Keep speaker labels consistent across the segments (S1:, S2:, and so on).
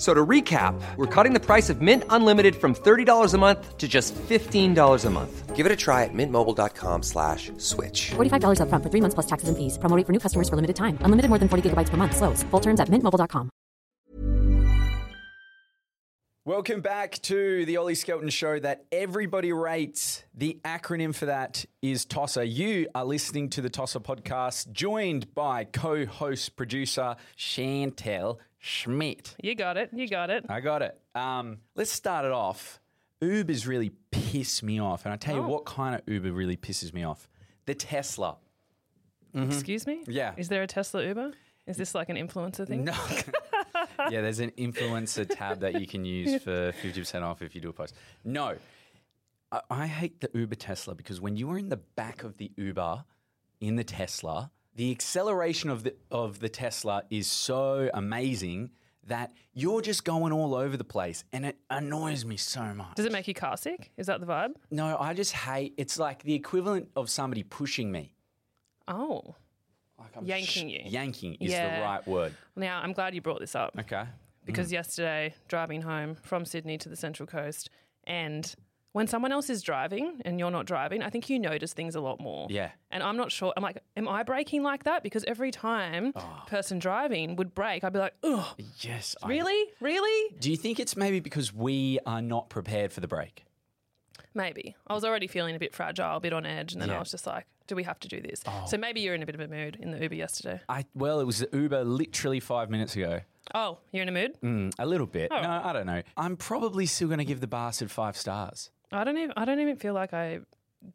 S1: So to recap, we're cutting the price of Mint Unlimited from $30 a month to just $15 a month. Give it a try at mintmobile.com slash switch.
S2: $45 up front for three months plus taxes and fees. Promo rate for new customers for limited time. Unlimited more than 40 gigabytes per month. Slows. Full terms at mintmobile.com.
S3: Welcome back to the Ollie Skelton show that everybody rates. The acronym for that is TOSSA. You are listening to the TOSSA podcast, joined by co host producer Chantel Schmidt.
S4: You got it. You got it.
S3: I got it. Um, let's start it off. Ubers really piss me off. And I tell you what kind of Uber really pisses me off the Tesla.
S4: Excuse me?
S3: Mm-hmm. Yeah.
S4: Is there a Tesla Uber? Is this like an influencer thing?
S3: No. yeah, there's an influencer tab that you can use for 50% off if you do a post. No. I, I hate the Uber Tesla because when you are in the back of the Uber in the Tesla, the acceleration of the of the Tesla is so amazing that you're just going all over the place and it annoys me so much.
S4: Does it make you car sick? Is that the vibe?
S3: no, I just hate it's like the equivalent of somebody pushing me.
S4: Oh.
S3: Like I'm
S4: Yanking you.
S3: Yanking is
S4: Yeah.
S3: the right word.
S4: Now, I'm glad you brought this up
S3: Okay.
S4: because yesterday, driving home from Sydney to the Central Coast, and when someone else is driving and you're not driving, I think you notice things a lot more.
S3: Yeah.
S4: And I'm not sure. I'm like, am I braking like that? Because every time
S3: Ah.
S4: person driving would brake, I'd be like, ugh,
S3: Yes. I-
S4: really? Really?
S3: Do you think it's maybe because we are not prepared for the break?
S4: Maybe. I was already feeling a bit fragile, a bit on edge, and then
S3: Yeah. Oh.
S4: I was just like, do we have to do this? So maybe you're in a bit of a mood in the Uber yesterday.
S3: I well, it was the Uber literally five minutes ago.
S4: Oh, you're in a mood?
S3: Mm, a little bit.
S4: Oh.
S3: No, I don't know. I'm probably still going to give the bastard five stars.
S4: I don't even I don't even feel like I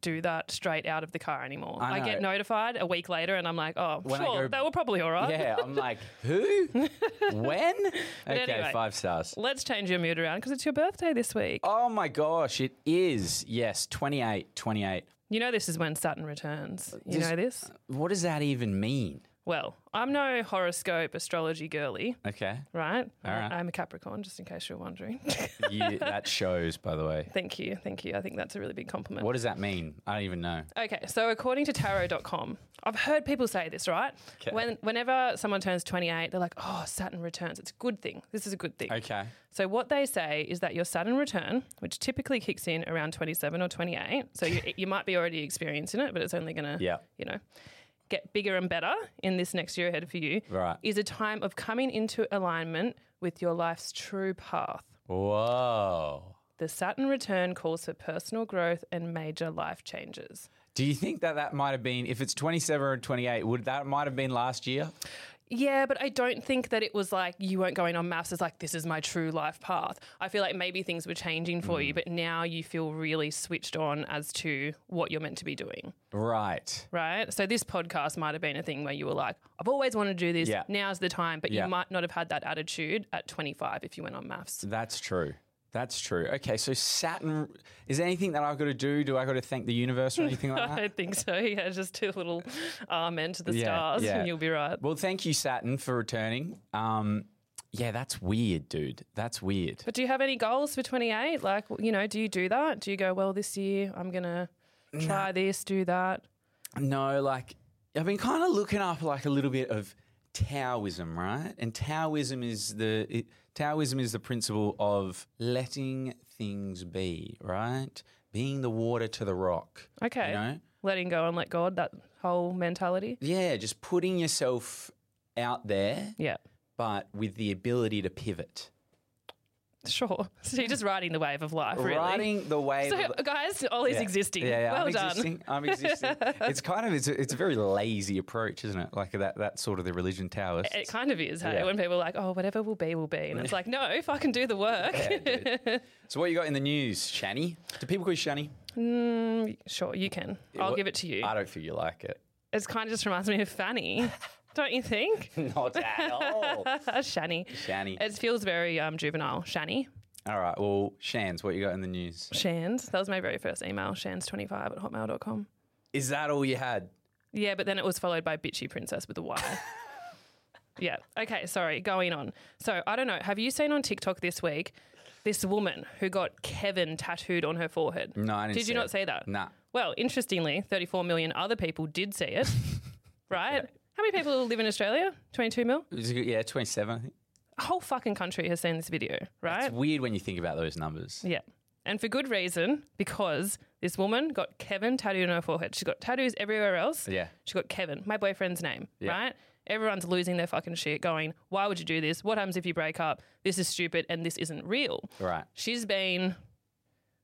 S4: do that straight out of the car anymore.
S3: I
S4: I, get
S3: know.
S4: notified a week later and I'm like, oh,
S3: When I
S4: sure,
S3: go-
S4: they were probably all right.
S3: Yeah, I'm like, who? when? Okay,
S4: anyway.
S3: five stars.
S4: Let's change your mood around because it's your birthday this week.
S3: Oh my gosh, it is. Yes, 28, 28.
S4: You know this is when Saturn returns. You
S3: This-
S4: know this?
S3: What does that even mean?
S4: Well, I'm no horoscope astrology girly,
S3: Okay.
S4: right?
S3: All right.
S4: I'm a Capricorn, just in case you're wondering.
S3: You, that shows, by the way.
S4: thank you, thank you. I think that's a really big compliment.
S3: What does that mean? I don't even know.
S4: Okay, so according to tarot.com, I've heard people say this, right? When, whenever someone turns 28, they're like, oh, Saturn returns. It's a good thing. This is a good thing.
S3: Okay.
S4: So, what they say is that your Saturn return, which typically kicks in around 27 or 28, so you, you might be already experiencing it, but it's only going to,
S3: Yeah.
S4: you know, get bigger and better in this next year ahead for you,
S3: Right.
S4: is a time of coming into alignment with your life's true path.
S3: Whoa.
S4: The Saturn return calls for personal growth and major life changes.
S3: Do you think that that might have been, if it's 27 or 28, would that might have been last year?
S4: Yeah, but I don't think that it was like you weren't going on maths as like this is my true life path. I feel like maybe things were changing for
S3: Mm.
S4: you, but now you feel really switched on as to what you're meant to be doing,
S3: Right.
S4: right? So this podcast might have been a thing where you were like, I've always wanted to do this.
S3: Yeah.
S4: Now's the time, but
S3: Yeah.
S4: you might not have had that attitude at 25 if you went on maths.
S3: That's true. That's true. Okay, so Saturn, is there anything that I've got to do? Do I got to thank the universe or anything like
S4: I
S3: that?
S4: don't think so. Yeah, just two little amen to the
S3: Yeah,
S4: stars,
S3: yeah.
S4: and you'll be right.
S3: Well, thank you, Saturn, for returning. Um, yeah, that's weird, dude. That's weird.
S4: But do you have any goals for 28? Like, you know, do you do that? Do you go, well, this year I'm going to try this, do that?
S3: No, like I've been kind of looking up like a little bit of Taoism, right? And Taoism is the it, Taoism is the principle of letting things be, right? Being the water to the rock.
S4: Okay.
S3: You know?
S4: Letting go and let God, that whole mentality.
S3: Yeah, just putting yourself out there,
S4: Yeah.
S3: but with the ability to pivot.
S4: Sure. So you're just riding the wave of life, really.
S3: Riding the wave.
S4: So,
S3: of-
S4: guys, Ollie's
S3: Yeah.
S4: existing.
S3: Yeah, yeah.
S4: Well
S3: I'm
S4: done.
S3: Existing. I'm existing. it's kind of it's a, it's a very lazy approach, isn't it? Like that that sort of the religion towers.
S4: It kind of is, hey,
S3: Yeah.
S4: when people are like, oh, whatever will be, will be. And it's like, no, if I can do the work.
S3: so what you got in the news, Shani? Do people call you Shani?
S4: sure, you can. I'll
S3: What-
S4: give it to you.
S3: I don't feel you like it.
S4: It's kind of just reminds me of Fanny, don't you think?
S3: Not at all.
S4: Shani.
S3: Shani.
S4: It feels very um, juvenile. Shani.
S3: all right. Well, Shans, what you got in the news?
S4: Shans. That was my very first email, shans25 at hotmail.com.
S3: Is that all you had?
S4: Yeah, but then it was followed by bitchy princess with a Y. yeah. Okay, sorry, going on. So I don't know. Have you seen on TikTok this week this woman who got Kevin tattooed on her forehead?
S3: No, I didn't
S4: Did
S3: see
S4: you not
S3: it.
S4: see that?
S3: Nah.
S4: Well, interestingly, 34 million other people did see it, right? How many people live in Australia? 22 mil?
S3: Is it- Yeah, 27. I think.
S4: A whole fucking country has seen this video, right?
S3: It's weird when you think about those numbers.
S4: Uh, Yeah. And for good reason, because this woman got Kevin tattooed on her forehead. She's got tattoos everywhere else.
S3: Yeah.
S4: She got Kevin, my boyfriend's name,
S3: Yeah.
S4: right? Everyone's losing their fucking shit going, why would you do this? What happens if you break up? This is stupid and this isn't real.
S3: Right.
S4: She's been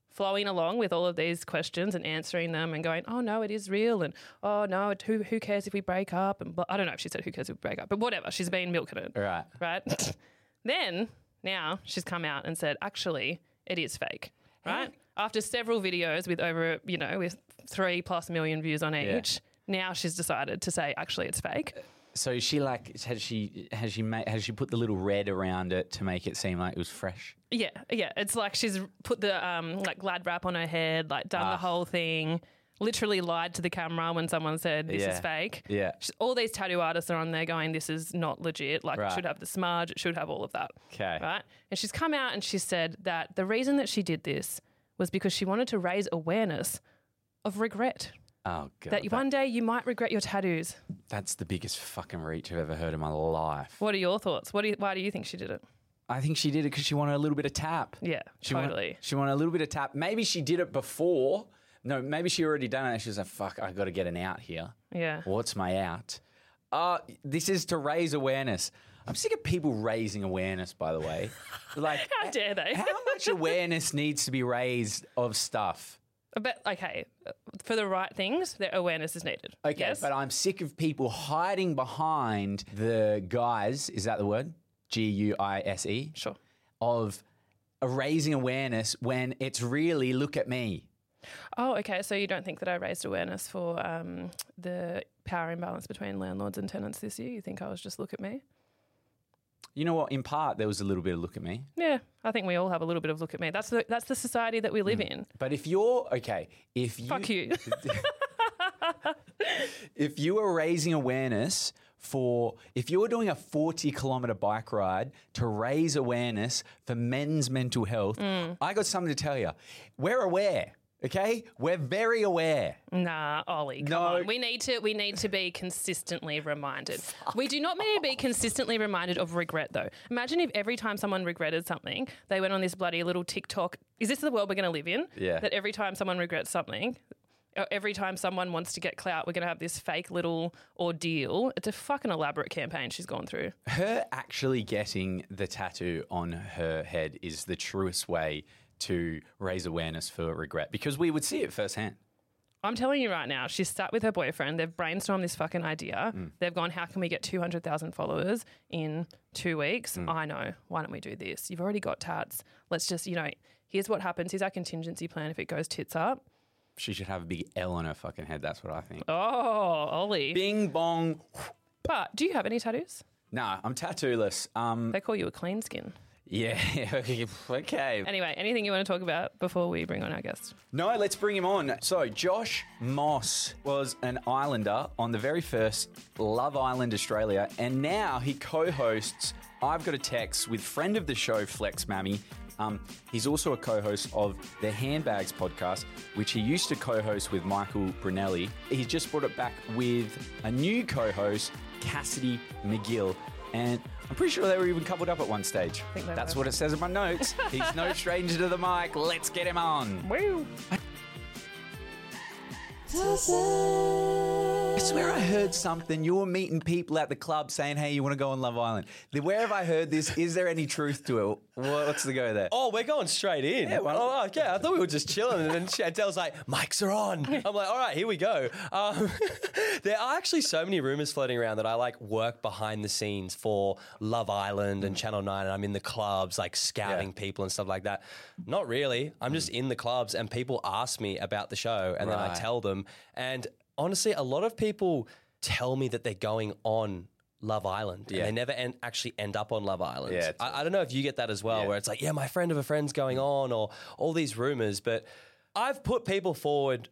S4: flowing along with all of these questions and answering them and going, oh no, it is real. And oh no, it- who, who cares if we break up? And blah. I don't know if she said who cares if we break up, but whatever. She's been milking it
S3: All right.
S4: right? then now she's come out and said, actually, it is fake, right? After several videos with over, you know, with three plus million views on
S3: Yeah.
S4: each, now she's decided to say, actually, it's fake.
S3: So is she like has she has she made has she put the little red around it to make it seem like it was fresh?
S4: Yeah, yeah. It's like she's put the um, like glad wrap on her head, like done
S3: Ah.
S4: the whole thing. Literally lied to the camera when someone said this
S3: Yeah.
S4: is fake.
S3: Yeah.
S4: She's- all these tattoo artists are on there going, "This is not legit. Like
S3: Right.
S4: it should have the smudge. It should have all of that."
S3: 'Kay.
S4: Right. And she's come out and she said that the reason that she did this was because she wanted to raise awareness of regret
S3: Oh god.
S4: that you one day you might regret your tattoos.
S3: that's the biggest fucking reach I've ever heard in my life.
S4: What are your thoughts? What do you, why do you think she did it?
S3: I think she did it because she wanted a little bit of tap.
S4: Yeah,
S3: she
S4: totally.
S3: Wanted, she wanted a little bit of tap. Maybe she did it before. No, maybe she already done it. She was like, "Fuck, I got to get an out here."
S4: Yeah.
S3: What's my out? Uh, this is to raise awareness. I'm sick of people raising awareness. By the way, like
S4: How dare they?
S3: how much awareness needs to be raised of stuff?
S4: Uh, But okay, for the right things, their awareness is needed.
S3: Okay,
S4: Yes?
S3: but I'm sick of people hiding behind the guise. Is that the word? G U I S E.
S4: Sure.
S3: Of raising awareness when it's really look at me.
S4: Oh, okay. So you don't think that I raised awareness for um, the power imbalance between landlords and tenants this year? You think I was just look at me?
S3: You know what? In part, there was a little bit of look at me.
S4: Yeah, I think we all have a little bit of look at me. That's the that's the society that we live in.
S3: But if you're okay, if Mm. you
S4: Fuck you.
S3: if you are raising awareness for if you're doing a 40 kilometer bike ride to raise awareness for men's mental health,
S4: Mm.
S3: I got something to tell you. We're aware, okay? We're very aware.
S4: nah, Ollie. Come
S3: No.
S4: on. We need to we need to be consistently reminded. we do not need to be consistently reminded of regret though. Imagine if every time someone regretted something, they went on this bloody little TikTok. Is this the world we're going to live in?
S3: Yeah.
S4: That every time someone regrets something, uh, every time someone wants to get clout, we're going to have this fake little ordeal. It's a fucking elaborate campaign she's gone through.
S3: Her actually getting the tattoo on her head is the truest way to raise awareness for regret because we would see it firsthand.
S4: I'm telling you right now, she's sat with her boyfriend. They've brainstormed this fucking idea.
S5: Mm.
S4: They've gone, how can we get 200,000 followers in two weeks?
S5: Mm.
S4: I know. Why don't we do this? You've already got tats. Let's just, you know, here's what happens. Here's our contingency plan if it goes tits up.
S3: She should have a big L on her fucking head. That's what I think.
S4: Oh, Ollie.
S3: Bing bong.
S4: But do you have any tattoos?
S3: Nah, I'm tattooless. Um,
S4: They call you a clean skin.
S3: yeah. okay, okay.
S4: Anyway, anything you want to talk about before we bring on our guest?
S3: No, let's bring him on. So, Josh Moss was an Islander on the very first Love Island Australia, and now he co hosts I've Got a Text with friend of the show, Flex Mammy. Um, he's also a co host of the Handbags podcast, which he used to co host with Michael Brunelli. He's just brought it back with a new co host, Cassidy McGill. And I'm pretty sure they were even coupled up at one stage.
S4: think they
S3: That's
S4: were.
S3: what it says in my notes. He's no stranger to the mic. Let's get him on.
S4: Woo.
S3: swear I heard something. You were meeting people at the club saying, hey, you want to go on Love Island. The- Where have I heard this? Is there any truth to it? What- What's the go there?
S5: Oh, we're going straight in. Yeah,
S3: why not?
S5: oh, okay. I thought we were just chilling, and then Chantel's like, "Mics are on." I'm like, "All right, here we go." Um, there are actually so many rumors floating around that I like work behind the scenes for Love Island and Channel Nine, and I'm in the clubs, like scouting people and stuff like that. Not really. I'm just in the clubs, and people ask me about the show, and then I
S3: Right.
S5: tell them. And honestly, a lot of people tell me that they're going on. Love Island,
S3: Yeah.
S5: and they never end, actually end up on Love Island.
S3: Yeah,
S5: I, I don't know if you get that as well,
S3: Yeah.
S5: where it's like, yeah, my friend of a friend's going on, or all these rumors. But I've put people forward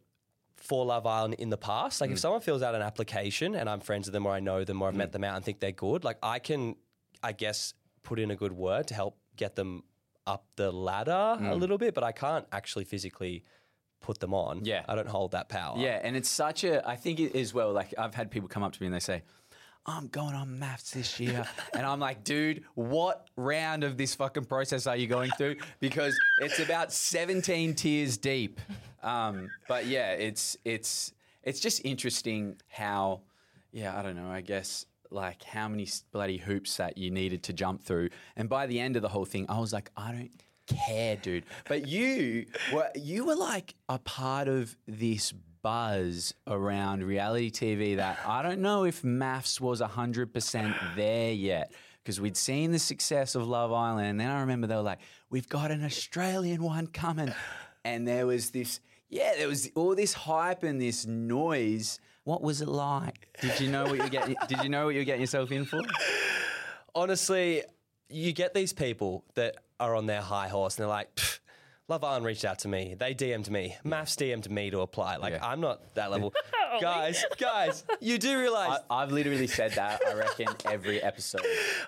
S5: for Love Island in the past. Like, if
S3: Mm.
S5: someone fills out an application and I'm friends with them, or I know them, or I've met them out and think they're good, like, I can, I guess, put in a good word to help get them up the ladder
S3: Mm.
S5: a little bit, but I can't actually physically put them on.
S3: Yeah.
S5: I don't hold that power.
S3: Yeah, and it's such a. I think it as well. Like I've had people come up to me and they say, "I'm going on maths this year," and I'm like, "Dude, what round of this fucking process are you going through? Because it's about 17 tiers deep." Um, but yeah, it's it's it's just interesting how, yeah, I don't know. I guess like how many s- bloody hoops that you needed to jump through, and by the end of the whole thing, I was like, I don't care, dude. But you were you were like a part of this buzz around reality TV that I don't know if maths was 100% there yet because we'd seen the success of Love Island and then I remember they were like we've got an Australian one coming and there was this yeah there was all this hype and this noise what was it like did you know what you get did you know what you were getting yourself in for
S5: honestly, you get these people that are on their high horse and they're like, "Pfft, Love Island reached out to me. They DM'd me. Maths DM'd me to apply. Like,
S3: Yeah. Oh
S5: I'm not that level. guys, guys, you do realize.
S3: I've literally said that I reckon every episode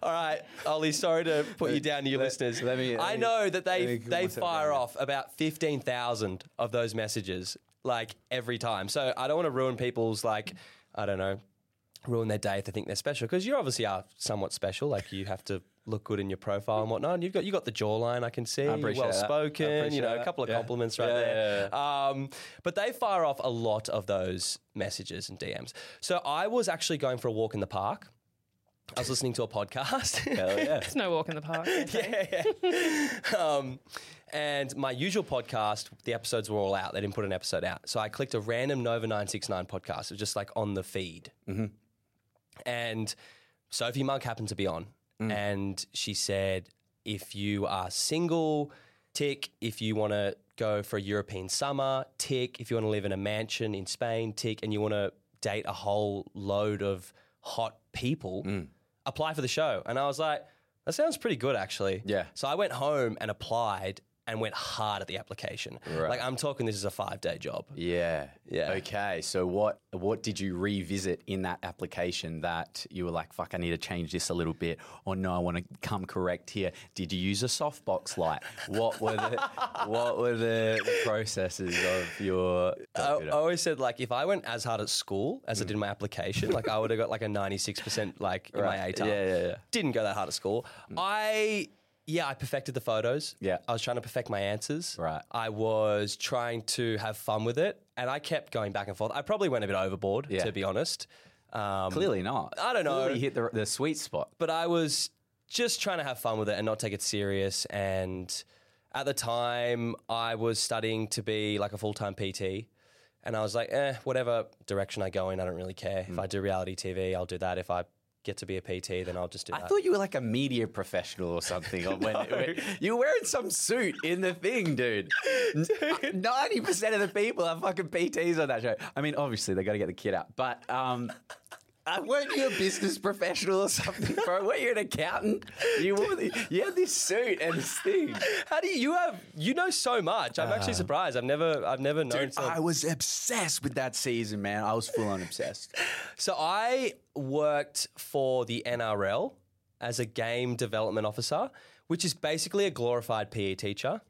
S5: all right, Ollie, sorry to put you down to your
S3: let-
S5: listeners.
S3: let me- let
S5: I
S3: me-
S5: know
S3: let
S5: that they,
S3: me cool
S5: they
S3: myself
S5: fire
S3: down.
S5: off about 15,000 of those messages, like, every time. So I don't want to ruin people's, like, I don't know, ruin their day if they think they're special because you obviously are somewhat special. Like you have to look good in your profile and whatnot. And you've got you got the jawline I can see,
S3: appreciate
S5: well
S3: that. I
S5: spoken. You
S3: appreciate
S5: know, a
S3: that.
S5: couple of
S3: Yeah.
S5: compliments right
S3: Yeah,
S5: there.
S3: yeah,
S5: Um, but they fire off a lot of those messages and DMs. So I was actually going for a walk in the park. I was listening to a podcast.
S4: It's no walk in the park. okay.
S5: um, and my usual podcast, the episodes were all out. They didn't put an episode out. So I clicked a random Nova 969 podcast. It was just like on the feed. And Sophie Mugg happened to be on. And she said, if you are single, tick. If you want to go for a European summer, tick. If you want to live in a mansion in Spain, tick. And you want to date a whole load of hot people, apply for the show. And I was like, that sounds pretty good, actually.
S3: Yeah.
S5: So I went home and applied and went hard at the application.
S3: Right.
S5: Like, I'm talking this is a five day job.
S3: Yeah.
S5: Yeah.
S3: Okay. So what what did you revisit in that application that you were like, fuck, I need to change this a little bit, or no, I want to come correct here? Did you use a softbox light? What were the what were the processes of your
S5: I, I
S3: oh,
S5: always said like if I went as hard at school as I did in my application, like I would have got like a ninety six percent like in my
S3: Right.
S5: ATAR.
S3: Yeah, yeah, yeah.
S5: Didn't go that hard at school. I yeah, I perfected the photos.
S3: Yeah.
S5: I was trying to perfect my answers.
S3: Right.
S5: I was trying to have fun with it, and I kept going back and forth. I probably went a bit overboard,
S3: Yeah.
S5: to be honest. Um,
S3: Clearly not.
S5: I don't know.
S3: Clearly you hit the, the sweet spot.
S5: but I was just trying to have fun with it and not take it serious. And at the time, I was studying to be like a full time PT. And I was like, eh, whatever direction I go in, I don't really care. If I do reality TV, I'll do that. If I get to be a PT, then I'll just do
S3: I
S5: that.
S3: thought you were like a media professional or something. or when, when- you were wearing some suit in the thing, dude. uh, Ninety percent of the people are fucking PTs on that show. I mean, obviously they got to get the kid out, but um, uh, weren't you a business professional or something, bro? Weren't you an accountant? You wore the, you had this suit and this thing.
S5: How do you, you have you know so much? I'm actually surprised. I've never I've never known.
S3: Dude,
S5: someone-
S3: I was obsessed with that season, man. I was full on obsessed.
S5: So I worked for the NRL as a game development officer, which is basically a glorified PE teacher.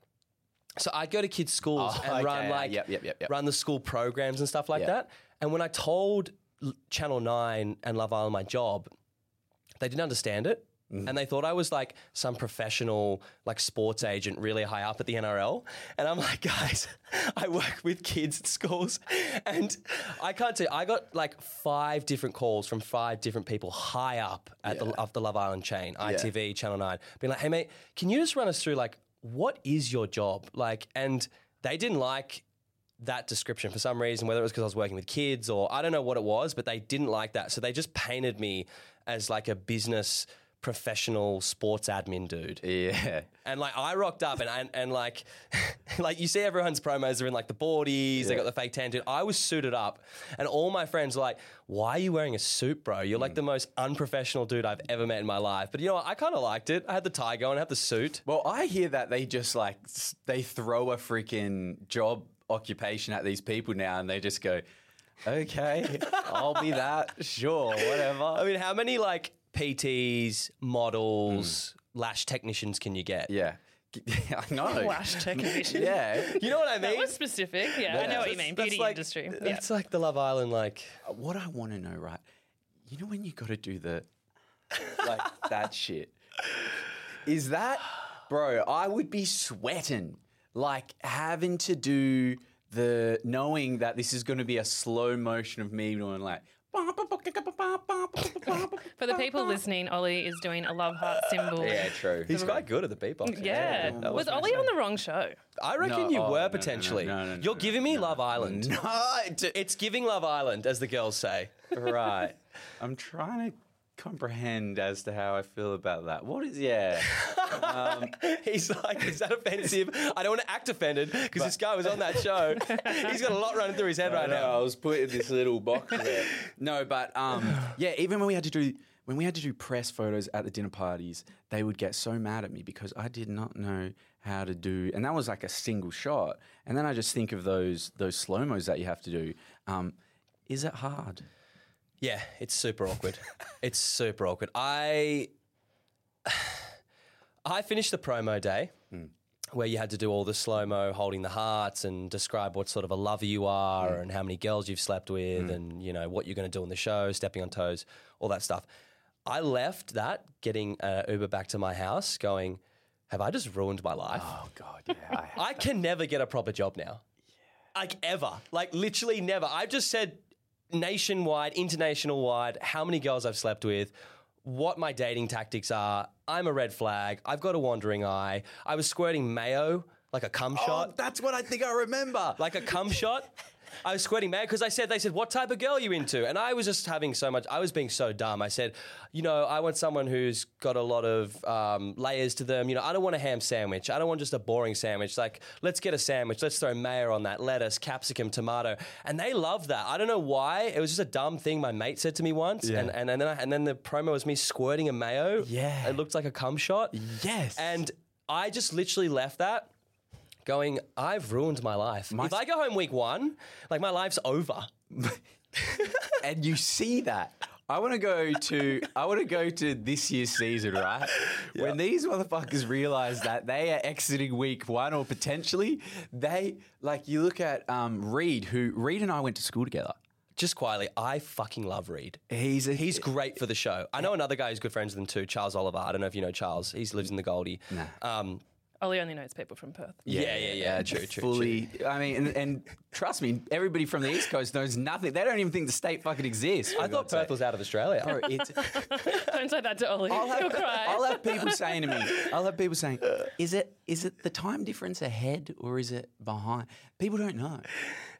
S5: So I'd go to kids' schools
S3: Oh,
S5: and run
S3: okay.
S5: like
S3: Yep, yep, yep, yep.
S5: run the school programs and stuff like
S3: Yeah.
S5: that. And when I told L- Channel Nine and Love Island my job, they didn't understand it. And they thought I was like some professional, like sports agent, really high up at the NRL. And I'm like, guys, I work with kids at schools. And I can't tell you, I got like five different calls from five different people high up at the, of the Love Island chain, ITV, Channel 9, being like, hey, mate, can you just run us through, like, what is your job? Like, and they didn't like that description for some reason, whether it was because I was working with kids or I don't know what it was, but they didn't like that. So they just painted me as like a business professional sports admin dude.
S3: Yeah.
S5: And like I rocked up and and, and like like you see everyone's promos are in like the boardies, they got the fake tan dude. I was suited up and all my friends were like, Why are you wearing a suit, bro? You're like the most unprofessional dude I've ever met in my life. But you know what? I kinda liked it. I had the tie going, I had the suit.
S3: Well, I hear that they just like s- they throw a freaking job occupation at these people now, and they just go, "Okay, I'll be that. Sure, whatever."
S5: I mean, how many like PTs, models, lash technicians can you get?
S3: Yeah, I know.
S4: Lash technician.
S3: Yeah.
S5: You know what I mean?
S4: That was specific. Yeah, I know what you mean.
S5: That's
S4: Beauty
S5: like-
S4: industry. Yeah.
S5: It's like the Love Island, like
S3: What I want to know, right? You know when you got to do the like that shit. Is that, bro? I would be sweating, like having to do the knowing that this is going to be a slow motion of me doing like.
S4: For the people listening, Ollie is doing a love heart symbol.
S3: Yeah, true.
S5: he's quite good at the beatbox.
S4: Yeah. Was Ollie on the wrong show?
S5: I reckon
S3: No,
S5: you
S3: oh, no, no, no,
S5: were potentially.
S3: no, no, no,
S5: You're
S3: no,
S5: giving me Love Island.
S3: No, d-
S5: It's giving Love Island, as the girls say.
S3: right. I'm trying to comprehend as to how I feel about that. What is yeah?
S5: He's like, is that offensive? I don't want to act offended because this guy was on that show. He's got a lot running through his head right now.
S3: I was put in this little box there. No, but um, yeah, even when we had to do when we had to do press photos at the dinner parties, they would get so mad at me because I did not know how to do, and that was like a single shot. And then I just think of those those slow mos that you have to do. Um, is it hard?
S5: Yeah, it's super awkward. it's super awkward. I I finished the promo day where you had to do all the slow mo, holding the hearts, and describe what sort of a lover you are, and how many girls you've slept with, and you know what you're going to do on the show, stepping on toes, all that stuff. I left that getting uh, Uber back to my house, going, "Have I just ruined my life?"
S3: Oh God, yeah. I,
S5: I can never get a proper job now. Like ever. Like literally never. I've just said nationwide, international wide, how many girls I've slept with, what my dating tactics are. I'm a red flag. I've got a wandering eye. I was squirting mayo, like a cum shot.
S3: that's what I think I remember.
S5: Like a cum shot. I was sweating mad because I said, they said, what type of girl you into? And I was just having so much, I was being so dumb. I said, you know, I want someone who's got a lot of um, layers to them. You know, I don't want a ham sandwich. I don't want just a boring sandwich. Like, let's get a sandwich. Let's throw mayo on that, lettuce, capsicum, tomato. And they love that. I don't know why. It was just a dumb thing my mate said to me once. And, and, and, then, I, and then the promo was me squirting a mayo.
S3: Yeah.
S5: It looked like a cum shot.
S3: yes,
S5: And I just literally left that going, I've ruined my life. if I go home week one, like my life's over.
S3: and you see that. I want to go to I want to go to this year's season, right? When these motherfuckers realize that they are exiting week one or potentially they like you look at um, Reed, who Reed and I went to school together.
S5: Just quietly, I fucking love Reed.
S3: He's a,
S5: He's great for the show. I know another guy who's good friends with him too, Charles Oliver. I don't know if you know Charles. He lives in the Goldie. Um,
S4: Ollie only knows people from Perth.
S5: yeah, yeah, yeah. True, true. true.
S3: fully. I mean, and, and trust me, everybody from the East Coast knows nothing. They don't even think the state fucking exists.
S5: I thought Perth was out of Australia.
S3: Bro, it's,
S4: Don't say that to Ollie.
S3: I'll
S4: He'll
S3: have,
S4: cry.
S3: I'll have people saying to me, I'll have people saying, is it is it the time difference ahead or is it behind? People don't know.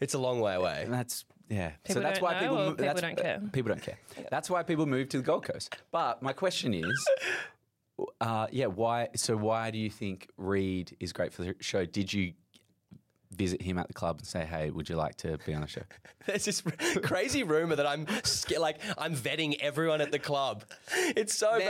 S5: It's a long way away.
S3: And that's yeah. so
S4: People
S3: that's
S4: don't
S3: why
S4: know
S3: people
S4: or
S3: mo-
S4: people
S3: that's-
S4: don't care?
S3: People don't care. That's why people move to the Gold Coast. But my question is, uh, yeah, why? So why do you think Reed is great for the show? Did you? Visit him at the club and say, "Hey, would you like to be on the show?"
S5: There's this r- crazy rumor that I'm sca- like I'm vetting everyone at the club. It's so
S3: Next.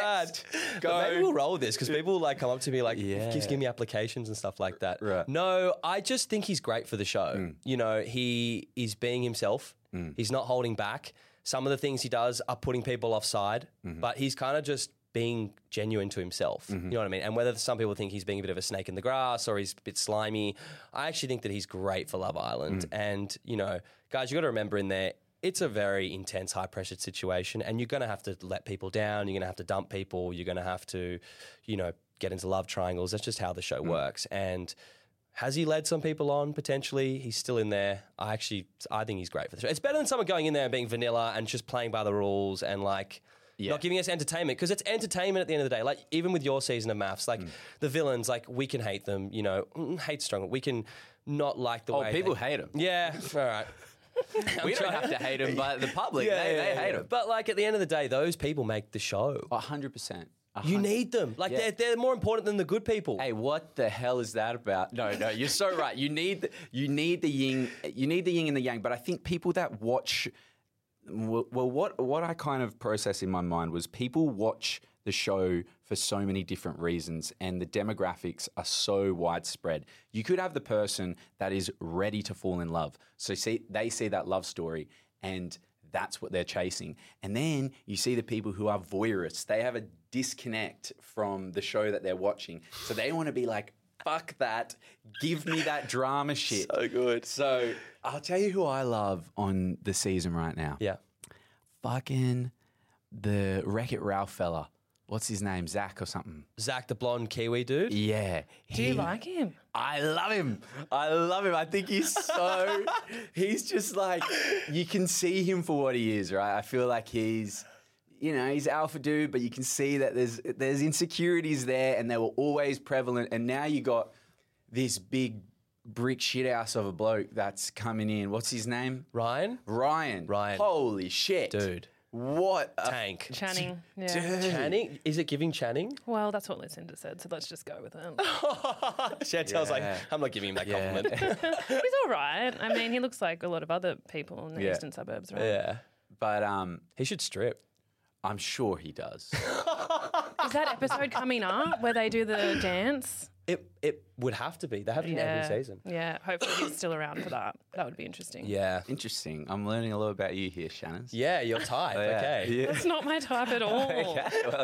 S5: bad.
S3: Go.
S5: But maybe we'll roll with this because people like come up to me like,
S3: Yeah.
S5: just give me applications and stuff like that.
S3: Right.
S5: No, I just think he's great for the show. You know, he is being himself. He's not holding back. Some of the things he does are putting people offside, but he's kind of just being genuine to himself. You know what I mean? And whether some people think he's being a bit of a snake in the grass or he's a bit slimy, I actually think that he's great for Love Island. And, you know, guys, you got to remember in there, it's a very intense, high pressured situation, and you're going to have to let people down. You're going to have to dump people. You're going to have to, you know, get into love triangles. That's just how the show works. And has he led some people on potentially? He's still in there. I actually, I think he's great for the show. It's better than someone going in there and being vanilla and just playing by the rules and like. Not giving us entertainment because it's entertainment at the end of the day. Like even with your season of maths,
S3: Mm.
S5: like the villains, like we can hate them. You know, mm, hate strong. We can not like the
S3: Oh,
S5: way
S3: people
S5: they-
S3: hate 'em.
S5: Yeah, all right.
S3: we don't have to hate them, but the public, they, they hate them.
S5: But like at the end of the day, those people make the show.
S3: A hundred percent. A
S5: You
S3: hun-
S5: need them. Like
S3: Yeah.
S5: they're, they're more important than the good people.
S3: Hey, what the hell is that about? No, no, you're so right. You need the, you need the yin, you need the yin and the yang. But I think people that watch, well, well, what what I kind of process in my mind was people watch the show for so many different reasons, and the demographics are so widespread. You could have the person that is ready to fall in love, so see they see that love story and. That's what they're chasing. And then you see the people who are voyeurists. They have a disconnect from the show that they're watching. So they want to be like, fuck that. Give me that drama shit. So good. So I'll tell you who I love on the season right now.
S5: Yeah.
S3: Fucking the Wreck It Ralph fella. What's his name? Zach or something.
S5: Zach the blonde Kiwi dude.
S3: Yeah.
S4: Do you like him?
S3: I love him. I love him. I think he's so. he's just like you can see him for what he is, right? I feel like he's, you know, he's alpha dude, but you can see that there's there's insecurities there, and they were always prevalent. And now you got this big brick shithouse of a bloke that's coming in. What's his name?
S5: Ryan?
S3: Ryan.
S5: Ryan.
S3: Holy shit,
S5: Dude.
S3: What a
S5: Tank.
S4: Channing. Yeah.
S5: Channing? Is it giving Channing?
S4: Well, that's what Lucinda said, so let's just go with him.
S5: Chantel's like, I'm not giving him that compliment.
S4: He's all right. I mean, he looks like a lot of other people in the
S3: Yeah.
S4: eastern suburbs, right?
S5: yeah.
S3: But um,
S5: He should strip.
S3: I'm sure he does.
S4: Is that episode coming up where they do the dance?
S5: It it would have to be. They have it in every season.
S4: Yeah. Hopefully he's still around for that. That would be interesting.
S5: Yeah.
S3: Interesting. I'm learning a lot about you here, Shannon.
S5: Oh, Yeah, your type. Okay.
S4: It's not my type at all.
S3: well,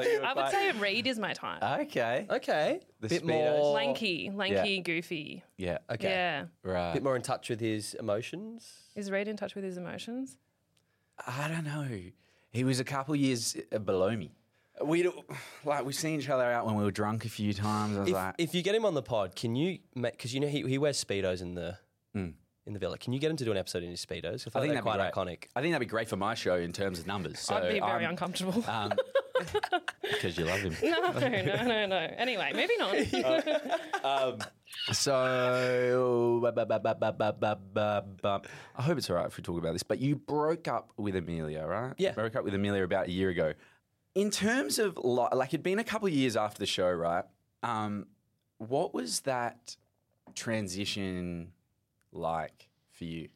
S3: you're
S4: I would
S3: quite-
S4: say Reed is my type.
S3: Oh. Okay.
S5: Okay.
S3: The
S5: bit
S3: speedos.
S5: more
S4: lanky, lanky, goofy.
S3: Yeah. Okay.
S4: Yeah.
S3: Right.
S5: bit more in touch with his emotions.
S4: Is Reed in touch with his emotions?
S3: I don't know. He was a couple years uh, below me. We don't- like we've seen each other out when we were drunk a few times. I was
S5: If,
S3: like,
S5: if you get him on the pod, can you because you know he, he wears speedos in the in the villa. Can you get him to do an episode in his speedos? Hmm. I, feel like
S3: that'd be
S5: they're quite
S3: great.
S5: iconic.
S3: I think that'd be great for my show in terms of numbers. So
S4: I'd be very
S3: I'm-
S4: uncomfortable.
S3: Um, because you love him.
S4: no, no, no, no. Anyway, moving on.
S3: So, ba- ba- ba- ba- ba- ba- ba- ba- ba- I hope it's all right if we talk about this, but you broke up with Amelia, right?
S5: Yeah.
S3: Broke up with Amelia about a year ago. In terms of, li- like, it'd been a couple of years after the show, right? Um, what was that transition like for you?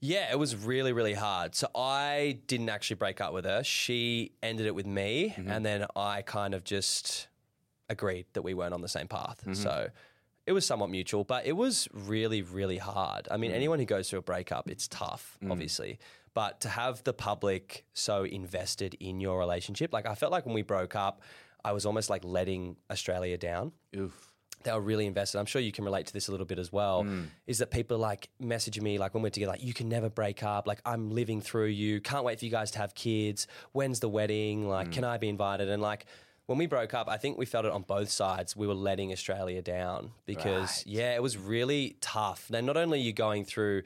S5: Yeah, it was really really hard. So I didn't actually break up with her. She ended it with me, and then I kind of just agreed that we weren't on the same path. So it was somewhat mutual, but it was really really hard. I mean, anyone who goes through a breakup, it's tough, obviously. But to have the public so invested in your relationship, like I felt like when we broke up, I was almost like letting Australia down
S3: Oof.
S5: they were really invested. I'm sure you can relate to this a little bit as well. Is that people like messaging me like when we're together, like you can never break up. Like I'm living through you. Can't wait for you guys to have kids. When's the wedding? Like can I be invited? And like when we broke up, I think we felt it on both sides. We were letting Australia down because yeah, it was really tough. Now not only are you going through,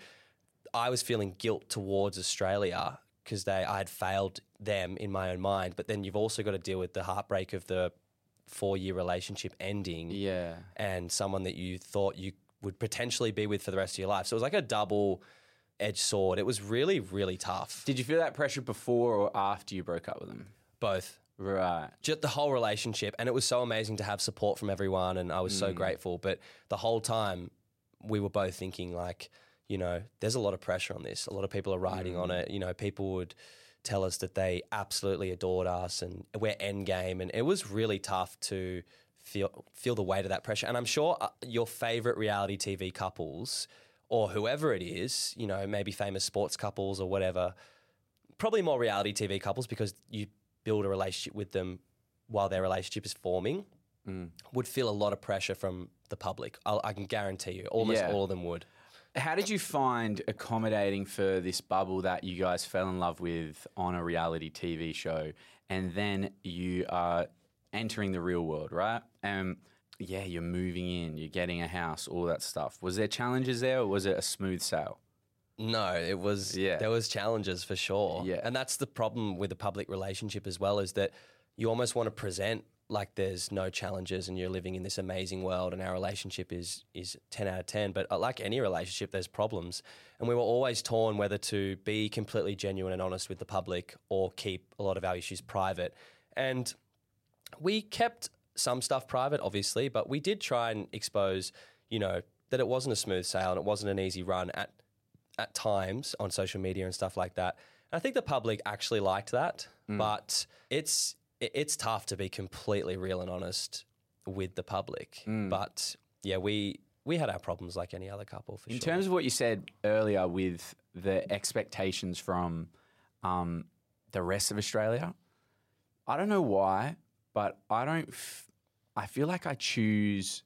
S5: I was feeling guilt towards Australia because they I had failed them in my own mind, but then you've also got to deal with the heartbreak of the four year relationship ending
S3: Yeah.
S5: and someone that you thought you would potentially be with for the rest of your life. So it was like a double edged sword. It was really, really tough.
S3: Did you feel that pressure before or after you broke up with him?
S5: Both.
S3: Right.
S5: Just the whole relationship. And it was so amazing to have support from everyone. And I was so grateful. But the whole time, we were both thinking, like, you know, there's a lot of pressure on this. A lot of people are riding on it. You know, people would tell us that they absolutely adored us and we're end game. And it was really tough to feel feel the weight of that pressure. And I'm sure uh, your favorite reality TV couples or whoever it is, you know, maybe famous sports couples or whatever, probably more reality TV couples because you build a relationship with them while their relationship is forming,
S3: Mm.
S5: would feel a lot of pressure from the public. I'll, I can guarantee you, almost
S3: Yeah.
S5: all of them would.
S3: How did you find accommodating for this bubble that you guys fell in love with on a reality TV show, and then you are entering the real world, right? Um, yeah, you're moving in, you're getting a house, all that stuff. Was there challenges there, or was it a smooth sail?
S5: No, it was
S3: Yeah.
S5: there was challenges for sure.
S3: Yeah.
S5: And that's the problem with a public relationship as well is that you almost want to present like there's no challenges and you're living in this amazing world and our relationship is is 10 out of 10 but uh, like any relationship there's problems and we were always torn whether to be completely genuine and honest with the public or keep a lot of our issues private and we kept some stuff private, obviously, but we did try and expose, you know, that it wasn't a smooth sail and it wasn't an easy run at at times on social media and stuff like that. And I think the public actually liked that,
S3: Mm.
S5: but it's i- it's tough to be completely real and honest with the public.
S3: Mm.
S5: But yeah, we we had our problems like any other couple for
S3: In
S5: sure.
S3: terms of what you said earlier with the expectations from um, the rest of Australia, I don't know why, but I don't. F- I feel like I choose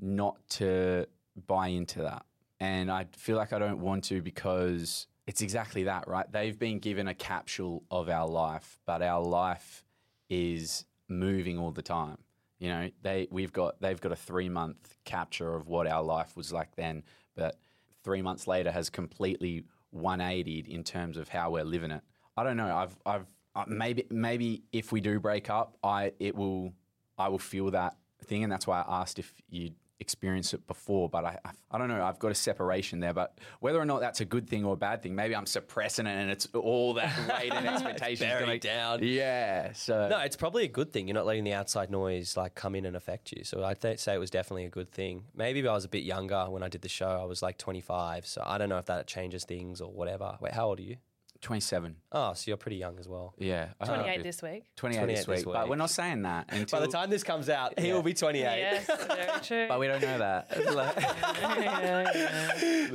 S3: not to buy into that, and I feel like I don't want to because it's exactly that, right? They've been given a capsule of our life, but our life is moving all the time. You know, they we've got they've got a three month capture of what our life was like then, but three months later has completely 180'd in terms of how we're living it. I don't know. I've I've uh, maybe maybe if we do break up, I it will I will feel that thing, and that's why I asked if you experienced it before. But I, I I don't know. I've got a separation there, but whether or not that's a good thing or a bad thing, maybe I'm suppressing it, and it's all that weight and expectations
S5: buried
S3: gonna-
S5: down.
S3: Yeah. So
S5: No, it's probably a good thing. You're not letting the outside noise like come in and affect you. So I'd th- say it was definitely a good thing. Maybe if I was a bit younger when I did the show, I was like 25. So I don't know if that changes things or whatever. Wait, how old are you?
S3: 27.
S5: Oh, so you're pretty young as well.
S3: Yeah. I don't know.
S4: 28 this week.
S3: 28, this,
S5: 28 this
S3: week, But
S5: week.
S3: we're not saying that until.
S5: By the time this comes out, he will be 28.
S4: Yes, very true.
S3: but we don't know that.
S4: Yeah,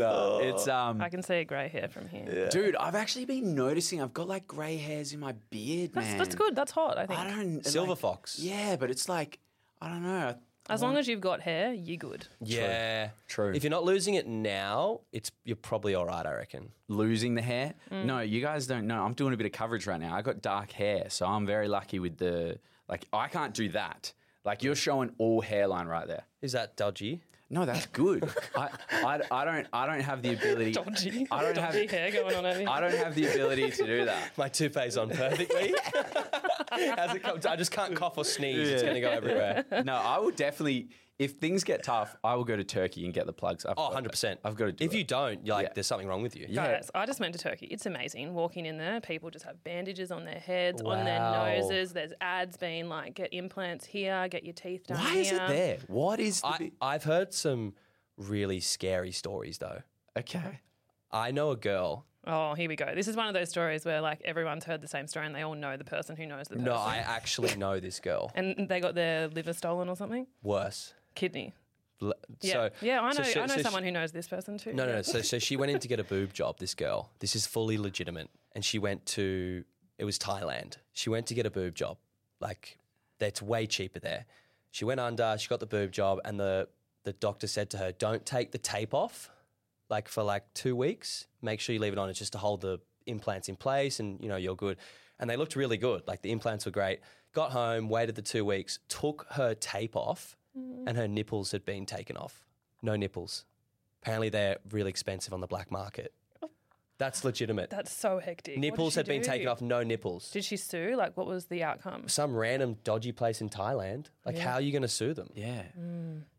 S4: yeah.
S3: it's um.
S4: I can see a grey hair from here.
S3: Dude, I've actually been noticing I've got like grey hairs in my beard,
S4: That's,
S3: man.
S4: that's good. That's hot, I think.
S3: I don't
S5: Silver
S3: like-
S5: fox.
S3: Yeah, but it's like I don't know.
S4: as long as you've got hair, you're good.
S5: Yeah.
S3: True.
S5: If you're not losing it now, it's you're probably all right, I reckon.
S3: Losing the hair.
S4: Mm.
S3: No, you guys don't know. I'm doing a bit of coverage right now. I got dark hair, so I'm very lucky with the like. I can't do that. Like you're showing all hairline right there.
S5: Is that dodgy?
S3: No, that's good. I, I, I don't I don't have the ability.
S4: Dodgy.
S3: I don't
S4: Dodgy
S3: have
S4: hair going on over here.
S3: I don't have the ability to do that.
S5: My toupee's on perfectly. As it comes, I just can't cough or sneeze. It's going to go everywhere.
S3: No, I will definitely. If things get tough, I will go to Turkey and get the plugs. I've
S5: Oh,
S3: got-
S5: 100%.
S3: I've got to do
S5: If
S3: it.
S5: you don't, you're like,
S3: Yeah.
S5: there's something wrong with you.
S4: Guys, I just went to Turkey. It's amazing. Walking in there, people just have bandages on their heads, on their
S5: Wow.
S4: noses. There's ads being like, get implants here, get your teeth done
S3: Why is it
S4: here."
S3: there? What is the
S5: I,
S3: bi-
S5: I've heard some really scary stories though.
S3: okay?
S5: I know a girl.
S4: Oh, here we go. This is one of those stories where like everyone's heard the same story and they all know the person who knows the person.
S5: No, I actually know this girl.
S4: and they got their liver stolen or something?
S5: Worse.
S4: Kidney.
S5: L-
S4: Yeah.
S5: So
S4: yeah, I know
S5: so she-
S4: I know
S5: so she-
S4: someone who knows this person too.
S5: No, no, no. So, so she went in to get a boob job, this girl. This is fully legitimate. And she went to, it was Thailand. She went to get a boob job. Like, that's way cheaper there. She went under, she got the boob job, and the, the doctor said to her, don't take the tape off, like, for like two weeks. Make sure you leave it on. It's just to hold the implants in place and, you know, you're good. And they looked really good. Like, the implants were great. Got home, waited the two weeks, took her tape off, and her nipples had been taken off. No nipples. Apparently, they're really expensive on the black market. That's legitimate.
S4: That's so hectic. What did
S5: nipples
S4: she
S5: had been
S4: do?
S5: taken off, no nipples.
S4: Did she sue? Like, what was the outcome?
S5: Some random dodgy place in Thailand. Like, how are you going to sue them?
S3: Yeah.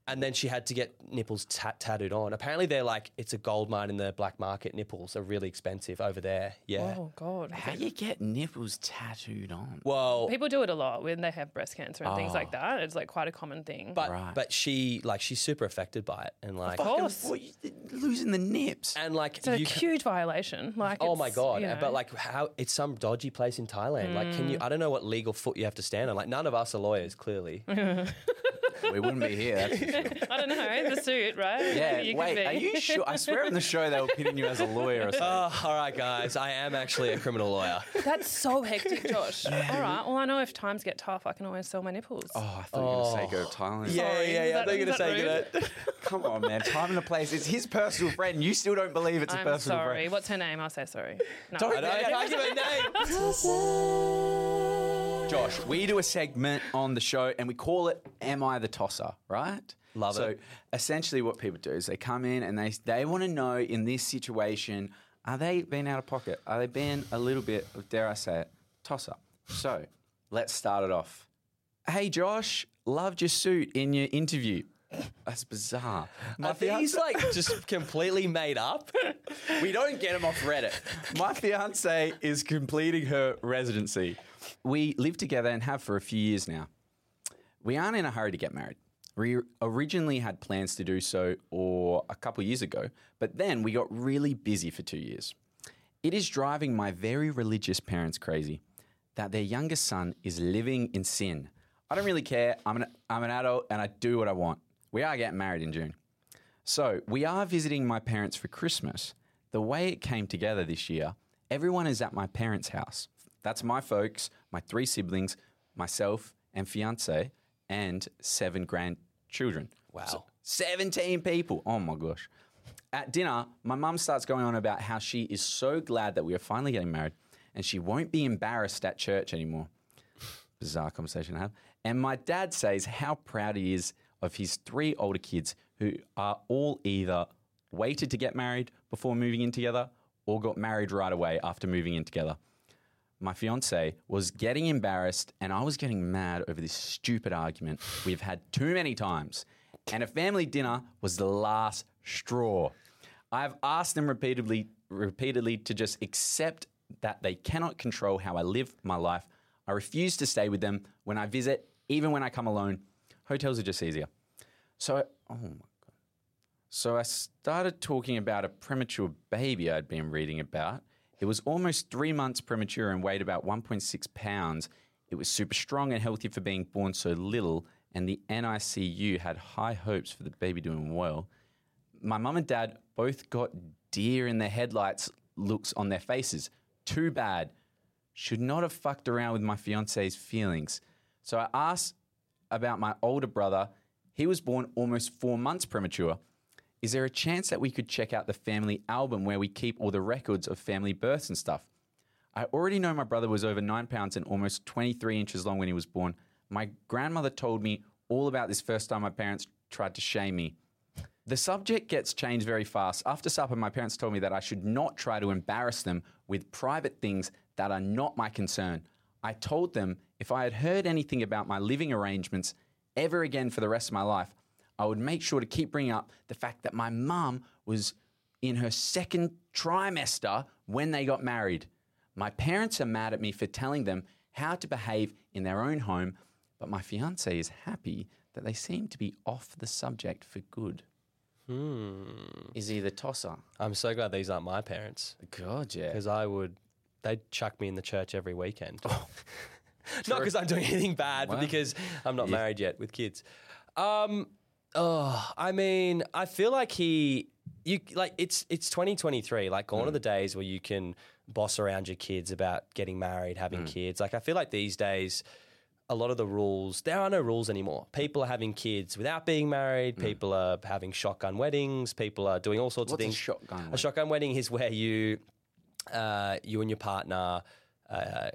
S5: And then she had to get nipples ta- tattooed on. Apparently, they're like, it's a gold mine in the black market. Nipples are really expensive over there. Yeah.
S4: Oh God.
S3: How do you get nipples tattooed on?
S5: Well,
S4: People do it a lot when they have breast cancer and things like that. It's like quite a common thing.
S5: Ah. but
S3: Right.
S5: but she like she's super affected by it, and like
S4: of course,
S3: What, you- losing the nips.
S5: and like
S4: it's a
S5: you ca-
S4: huge violation. Like,
S5: Oh
S4: it's,
S5: my god!
S4: you know. Mm.
S5: But like, how it's some dodgy place in Thailand. Like, can you? I don't know what legal foot you have to stand on. Like, none of us are lawyers, clearly.
S3: we wouldn't be here. That's for sure.
S4: I don't know the suit, right?
S3: Yeah.
S4: You could
S3: wait. Are
S4: be.
S3: you sure? I swear on the show they were pitting you as a lawyer or something.
S5: Oh, all right, guys. I am actually a criminal lawyer.
S4: That's so hectic, Josh. All right. Well, I know if times get tough, I can always sell my nipples.
S3: Oh, I thought you were going to say go to Thailand.
S4: Sorry, is that- is that
S5: good.
S3: Come on, man. Time and a place. It's his personal friend. You still don't believe it's a
S4: I'm
S3: personal
S4: sorry.
S3: friend.
S4: What's her name? I'll say sorry. No.
S3: Don't-
S5: I don't I can't give a name.
S3: Josh, we do a segment on the show and we call it Am I the Tosser, right?
S5: Love
S3: so
S5: it.
S3: essentially what people do is they come in and they they want to know in this situation, are they being out of pocket? Are they being a little bit of dare I say it, tosser? So let's start it off. Hey Josh, loved your suit in your interview. That's bizarre. My
S5: I think he's
S3: fiance-
S5: like just completely made up.
S3: we don't get him off Reddit. My fiance is completing her residency. We live together and have for a few years now. We aren't in a hurry to get married. We originally had plans to do so or a couple years ago, but then we got really busy for 2 years. It is driving my very religious parents crazy that their youngest son is living in sin. I don't really care. I'm an, I'm an adult and I do what I want. We are getting married in June. So, we are visiting my parents for Christmas. The way it came together this year, everyone is at my parents' house. That's my folks, my three siblings, myself, and fiance, and seven grandchildren. Wow. 17 people. Oh my gosh. At dinner, my mum starts going on about how she is so glad that we are finally getting married and she won't be embarrassed at church anymore bizarre conversation to have. And my dad says how proud he is of his three older kids who are all either waited to get married before moving in together or got married right away after moving in together. My fiance was getting embarrassed and I was getting mad over this stupid argument we've had too many times. And a family dinner was the last straw. I've asked them repeatedly repeatedly to just accept that they cannot control how I live my life. I refuse to stay with them when I visit, even when I come alone. Hotels are just easier. So, oh my god. So I started talking about a premature baby I'd been reading about. It was almost three months premature and weighed about 1.6 pounds. It was super strong and healthy for being born so little, and the NICU had high hopes for the baby doing well my mum and dad both got deer in the headlights looks on their faces. Too bad. Should not have fucked around with my fiance's feelings. So I asked about my older brother. He was born almost four months premature. Is there a chance that we could check out the family album where we keep all the records of family births and stuff? I already know my brother was over nine pounds and almost 23 inches long when he was born. My grandmother told me all about this first time my parents tried to shame me. The subject gets changed very fast. After supper, my parents told me that I should not try to embarrass them with private things that are not my concern. I told them if I had heard anything about my living arrangements ever again for the rest of my life, I would make sure to keep bringing up the fact that my mum was in her second trimester when they got married. My parents are mad at me for telling them how to behave in their own home, but my fiance is happy that they seem to be off the subject for good. Is he the tosser?
S5: I'm so glad these aren't my parents
S3: God, yeah.
S5: because I would. They'd chuck me in the church every weekend. Oh. not because I'm doing anything bad, but because I'm not married yet with kids. Um, oh, I mean, I feel like he, you like it's it's 2023. Like gone are the days where you can boss around your kids about getting married, having kids. Like I feel like these days. A lot of the rules, there are no rules anymore. People are having kids without being married. People are having shotgun weddings. People are doing all sorts
S3: What's
S5: of
S3: a
S5: things.
S3: shotgun
S5: A
S3: wedding?
S5: shotgun wedding is where you, uh, you and your partner, uh,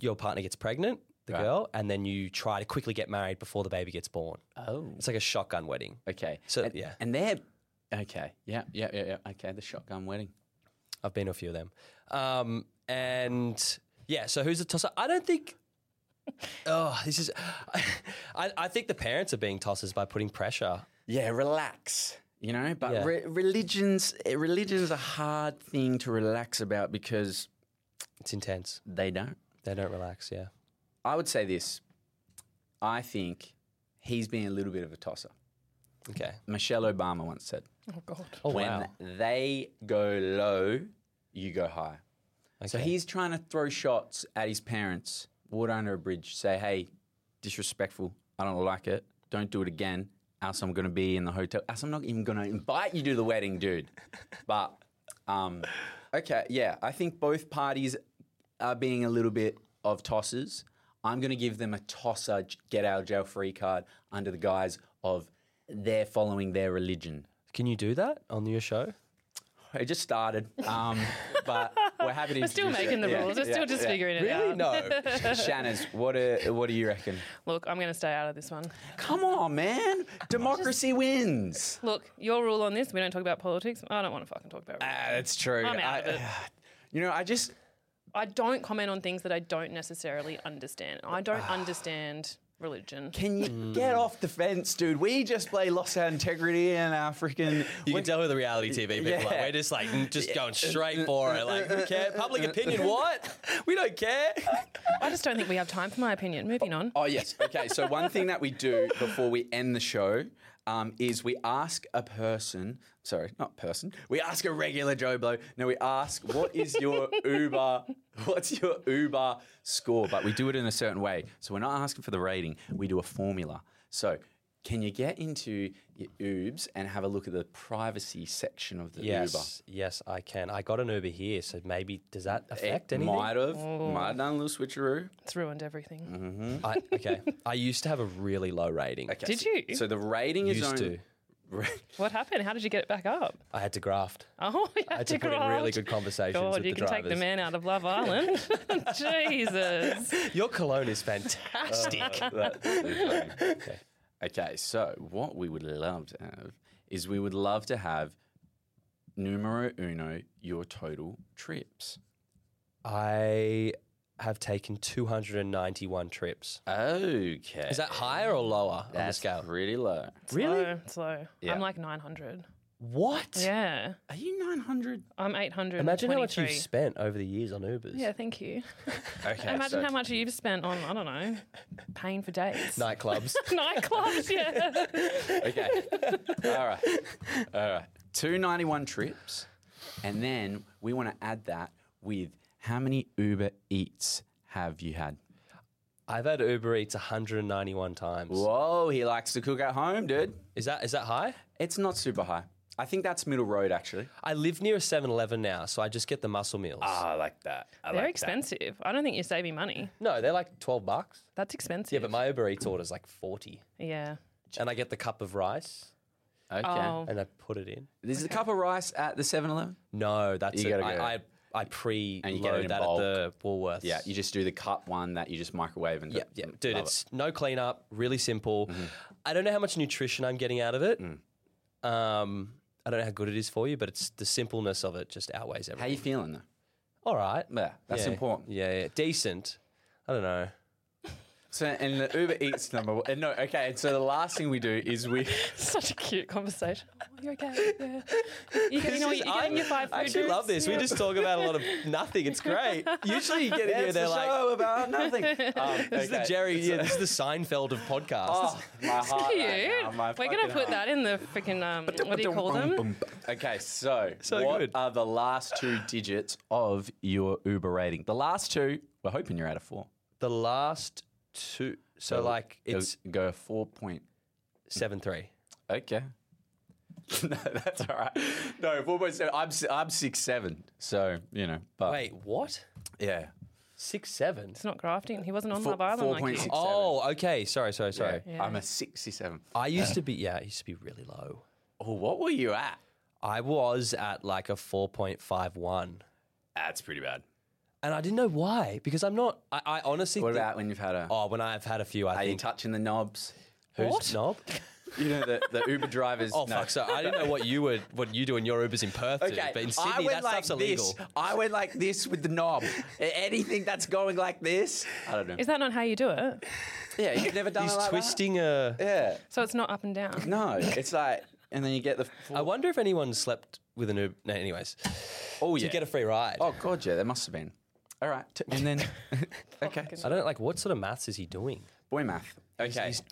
S5: your partner gets pregnant, the girl, and then you try to quickly get married before the baby gets born.
S3: Oh.
S5: It's like a shotgun wedding.
S3: Okay.
S5: So,
S3: and,
S5: yeah.
S3: And they're okay. Yeah, yeah, yeah, yeah. Okay, the shotgun wedding.
S5: I've been to a few of them. Um, and yeah, so who's the tosser? I don't think. Oh, this is. I, I think the parents are being tossers by putting pressure.
S3: Yeah, relax. You know, but
S5: Yeah.
S3: re- religions eh, religions a hard thing to relax about because
S5: It's intense.
S3: they don't.
S5: They don't relax. Yeah.
S3: I would say this. I think he's being a little bit of a tosser.
S5: Okay.
S3: Michelle Obama once said,
S4: Oh God.
S5: Oh
S3: "When
S5: wow.
S3: they go low, you go high." So
S5: Okay.
S3: he's trying to throw shots at his parents, water under a bridge, say, hey, disrespectful, I don't like it. Don't do it again. Else I'm going to be in the hotel. Else I'm not even going to invite you to the wedding, dude. But, um, okay, yeah, I think both parties are being a little bit of tossers. I'm going to give them a tosser, j- get out of jail free card under the guise of they're following their religion.
S5: Can you do that on your show?
S3: It just started, um, but we're happy to.
S4: We're still
S3: introduce
S4: making
S3: it.
S4: the
S3: Yeah,
S4: rules. We're
S3: yeah,
S4: still just
S3: yeah.
S4: figuring it out.
S5: No.
S3: Shannon, what do, what do you reckon?
S4: Look, I'm going to stay out of this one.
S3: Come on, man. Democracy wins.
S4: Look, your rule on this, we don't talk about politics. I don't want to fucking talk about religion.
S3: Ah, that's true.
S4: I'm out of
S3: I-
S4: it.
S3: You know, I just
S4: I don't comment on things that I don't necessarily understand. I don't understand religion.
S3: can
S5: Hmm.
S3: you get off the fence, dude. We just play lost our integrity and our freaking.
S5: You can tell who the reality TV people
S3: Yeah.
S5: are. We're just like mm, just going straight for it. Like, who care? Public opinion, what? We don't care.
S4: I just don't think we have time for my opinion. Moving on.
S3: Oh yes. Okay. So one thing that we do before we end the show um, is we ask a person. Sorry, not person. We ask a regular Joe Blow. No, we ask what is your Uber? What's your Uber score? But we do it in a certain way. So we're not asking for the rating. We do a formula. So. Can you get into your Ubs and have a look at the privacy section of the Uber?
S5: Yes, yes, I can. I got an Uber here, so maybe does that affect
S3: It
S5: anything?
S3: might have, might have done a little switcheroo.
S4: It's ruined everything.
S5: I, okay, I used to have a really low rating.
S3: Okay,
S4: Did
S3: so-
S4: you?
S3: So the rating is
S5: Used
S3: only-
S4: What happened? How did you get it back up?
S5: I had to graft.
S4: Oh, you
S5: I
S4: had
S5: had
S4: to
S5: to put in really
S4: graft.
S5: good conversations
S4: God,
S5: with
S4: you
S5: the
S4: can take the
S5: drivers.
S4: man out of Love Island. Jesus.
S5: Your cologne is fantastic.
S3: okay. okay, so what we would love to have is we would love to have numero uno, your total trips.
S5: I have taken 291 trips.
S3: Okay.
S5: Is that higher or lower on the
S3: That's
S5: scale?
S3: pretty low.
S4: Slow, slow. I'm like 900.
S5: What?
S4: Yeah.
S3: Are you 900?
S4: I'm 800.
S5: Imagine how much you've spent over the years on Ubers.
S4: Yeah, thank you.
S3: Okay.
S4: Imagine
S3: so-
S4: how much you've spent on, I don't know, paying for dates.
S5: Nightclubs.
S4: Nightclubs, yeah.
S3: Okay. All right. All right. 291 trips. And then we want to add that with how many Uber Eats have you had?
S5: I've had Uber Eats 191 times.
S3: Whoa, he likes to cook at home, dude.
S5: Is that is that high?
S3: It's not super high. I think that's middle road, actually.
S5: I live near a 7-Eleven now, so I just get the muscle meals.
S3: Ah, I like that. I
S4: They're expensive. I don't think you're saving money.
S5: no, they're like 12 bucks.
S4: That's expensive.
S5: Yeah, but my Uber Eats order's like 40.
S4: Yeah.
S5: And I get the cup of rice
S3: Okay.
S4: Oh,
S5: and I put it in.
S3: There's a cup of rice at the 7 Eleven.
S5: No, that's
S3: You
S5: it.
S3: gotta
S5: I,
S3: go.
S5: I, I pre
S3: And you get it
S5: load
S3: in
S5: that
S3: bulk.
S5: at the Woolworths.
S3: Yeah, you just do the cup one that you just microwave and
S5: Yeah, yeah, dude,
S3: Love Mm-hmm.
S5: it's no cleanup, really simple. I don't know how much nutrition I'm getting out of it.
S3: Mm.
S5: Um, I don't know how good it is for you, but it's the simpleness of it just outweighs
S3: it. How
S5: everything.
S3: you feeling though?
S5: All right,
S3: Yeah, that's
S5: Yeah.
S3: important.
S5: Yeah, yeah, decent. I don't know.
S3: So, and the Uber Eats number one. and No, okay. And so the last thing we do is we.
S4: such a cute conversation. Oh, you're okay. Yeah. You're getting, all,
S5: This
S4: you're
S5: is-
S4: getting your five food
S5: I actually love
S4: groups.
S5: this. We just talk about a lot of nothing. It's great. Usually you get in here,
S3: It's
S5: they're
S3: the
S5: like,
S3: show about nothing. Um,
S5: this is the Jerry, yeah, this is the Seinfeld of podcasts.
S3: Oh, my heart right
S4: Cute.
S5: Oh,
S3: now, my
S4: We're
S3: fucking
S4: gonna put
S3: heart.
S4: that in the freaking um, what do you call them?
S3: Okay, so,
S5: So
S3: what
S5: good.
S3: are the last two digits of your Uber rating? The last two, we're hoping you're out of four.
S5: The last two, so like
S3: Go-
S5: it's
S3: go four point.
S5: seven three.
S3: Okay. no, that's all right. No, four point seven. I'm s- I'm six seven. So you know, but
S5: Wait, what?
S3: yeah,
S5: Six seven.
S4: It's not grafting. He wasn't on
S3: Four-
S4: Love Island like
S3: 4.6.
S4: you.
S5: Oh, okay. Sorry, sorry, sorry.
S3: Yeah. I'm a sixty-seven.
S5: I used to be yeah, I used to be really low.
S3: Oh, what were you at?
S5: I was at like a four point five one.
S3: That's pretty bad.
S5: And I didn't know why, because I'm not I, I honestly
S3: What
S5: thi-
S3: about when you've had a?
S5: Oh, when I've had a few, I
S3: are you
S5: think
S3: touching the knobs?
S5: who's knob?
S3: You know the, the Uber drivers.
S5: Oh
S3: no.
S5: fuck! So I didn't know what you were, what you do in your Ubers in Perth, do,
S3: Okay,
S5: but in
S3: I
S5: Sydney
S3: went
S5: that
S3: like
S5: stuff's illegal.
S3: this. I went like this with the knob. A- Anything that's going like this, I don't know.
S4: Is that not how you do it?
S3: yeah, you've never done
S5: He's
S3: it like
S5: twisting a.
S3: That?
S4: So it's not up and down.
S3: Yeah, no, it's like, and then you get the.
S5: I wonder if anyone slept with an Uber. No, anyways,
S3: oh
S5: to get a free ride.
S3: Oh god, yeah, there must have been. All right, t- and then okay,
S5: I don't like what sort of maths is he doing?
S3: boy math. Okay,
S5: He's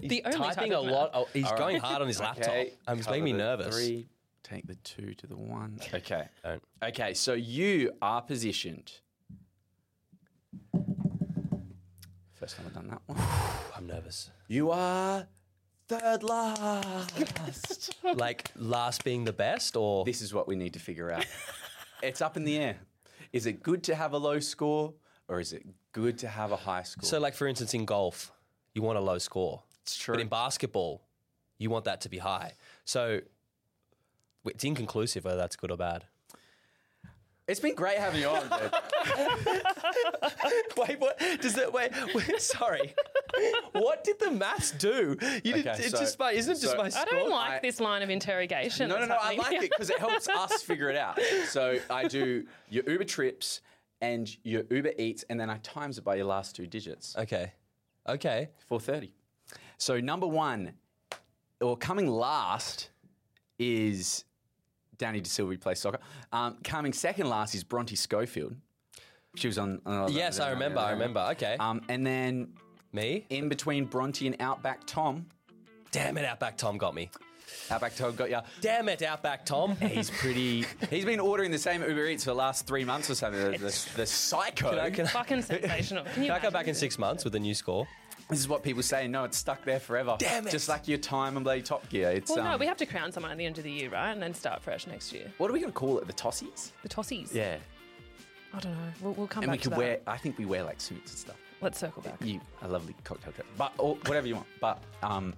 S4: The only type
S5: typing
S4: of
S5: a
S4: math.
S5: lot. Oh, he's
S3: All
S5: going
S3: right.
S5: hard on his laptop.
S3: Okay,
S5: Um, it's
S3: cover
S5: making me
S3: the
S5: nervous.
S3: Three, take the two to the one. Okay,
S5: Don't.
S3: okay. So you are positioned. First time I've done that one.
S5: I'm nervous.
S3: You are
S5: Third last. like last being the best or
S3: This is what we need to figure out. it's up in the air. Is it good to have a low score or is it good to have a high score?
S5: so like for instance in golf, you want a low score.
S3: it's true.
S5: But in basketball, you want that to be high. So it's inconclusive whether that's good or bad.
S3: it's been great having you on. dude.
S5: Wait, what does that? Wait, wait sorry. what did the maths do? You did,
S3: Okay,
S5: it's
S3: so-
S5: just my, isn't it just
S3: so-
S5: my
S4: I
S5: score?
S4: don't like
S3: I-
S4: this line of interrogation.
S3: No, no,
S4: that's
S3: no. I
S4: happening.
S3: like it because it helps us figure it out. So I do your Uber trips and your Uber Eats, and then I times it by your last two digits.
S5: Okay, okay.
S3: 430. So number one, or coming last, is Danny DeSilva plays soccer. Um, coming second last is Bronte Schofield. She was on. on-
S5: Yes, I remember. I remember. Okay,
S3: Um, and then
S5: me.
S3: in between Bronte and Outback Tom,
S5: Damn it, Outback Tom got me.
S3: Outback Tom got ya.
S5: Damn it, Outback Tom.
S3: He's pretty. he's been ordering the same Uber Eats for the last three months or something. The, the, the psycho.
S5: Can I, can I-
S4: Fucking sensational. Can you
S5: can I go
S4: imagine?
S5: back in six months with a new score?
S3: This is what people say. No, it's stuck there forever.
S5: Damn it.
S3: Just like your time and bloody Top Gear. It's,
S4: Well,
S3: um,
S4: no, we have to crown someone at the end of the year, right? And then start fresh next year.
S3: What are we going to call it? The Tossies?
S4: The Tossies.
S3: Yeah.
S4: I don't know. We'll, we'll come
S3: And we
S4: back to
S3: could
S4: that.
S3: wear. I think we wear like suits and stuff.
S4: Let's circle back.
S3: You a lovely cocktail dress, but or whatever you want. But um,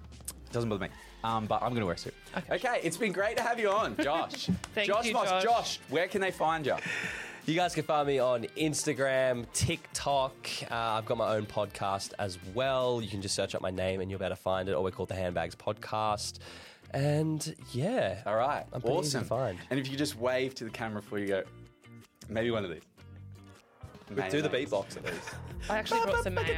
S3: it doesn't bother me. Um, but I'm going to wear a suit. Okay. It's been great to have you on, Josh.
S4: Thank
S3: Josh
S4: you,
S3: Moss.
S4: Josh.
S3: Josh, where can they find you?
S5: You guys can find me on Instagram, TikTok. Uh, I've got my own podcast as well. You can just search up my name and you'll be able to find it, or we're called the Handbags Podcast. And yeah,
S3: All right.
S5: I'm pretty
S3: awesome.
S5: easy to find.
S3: And if you could just wave to the camera before you go, maybe one of these. Maybe
S5: do
S3: one
S5: the
S3: of these.
S5: beatbox at least.
S4: I actually brought some mayo.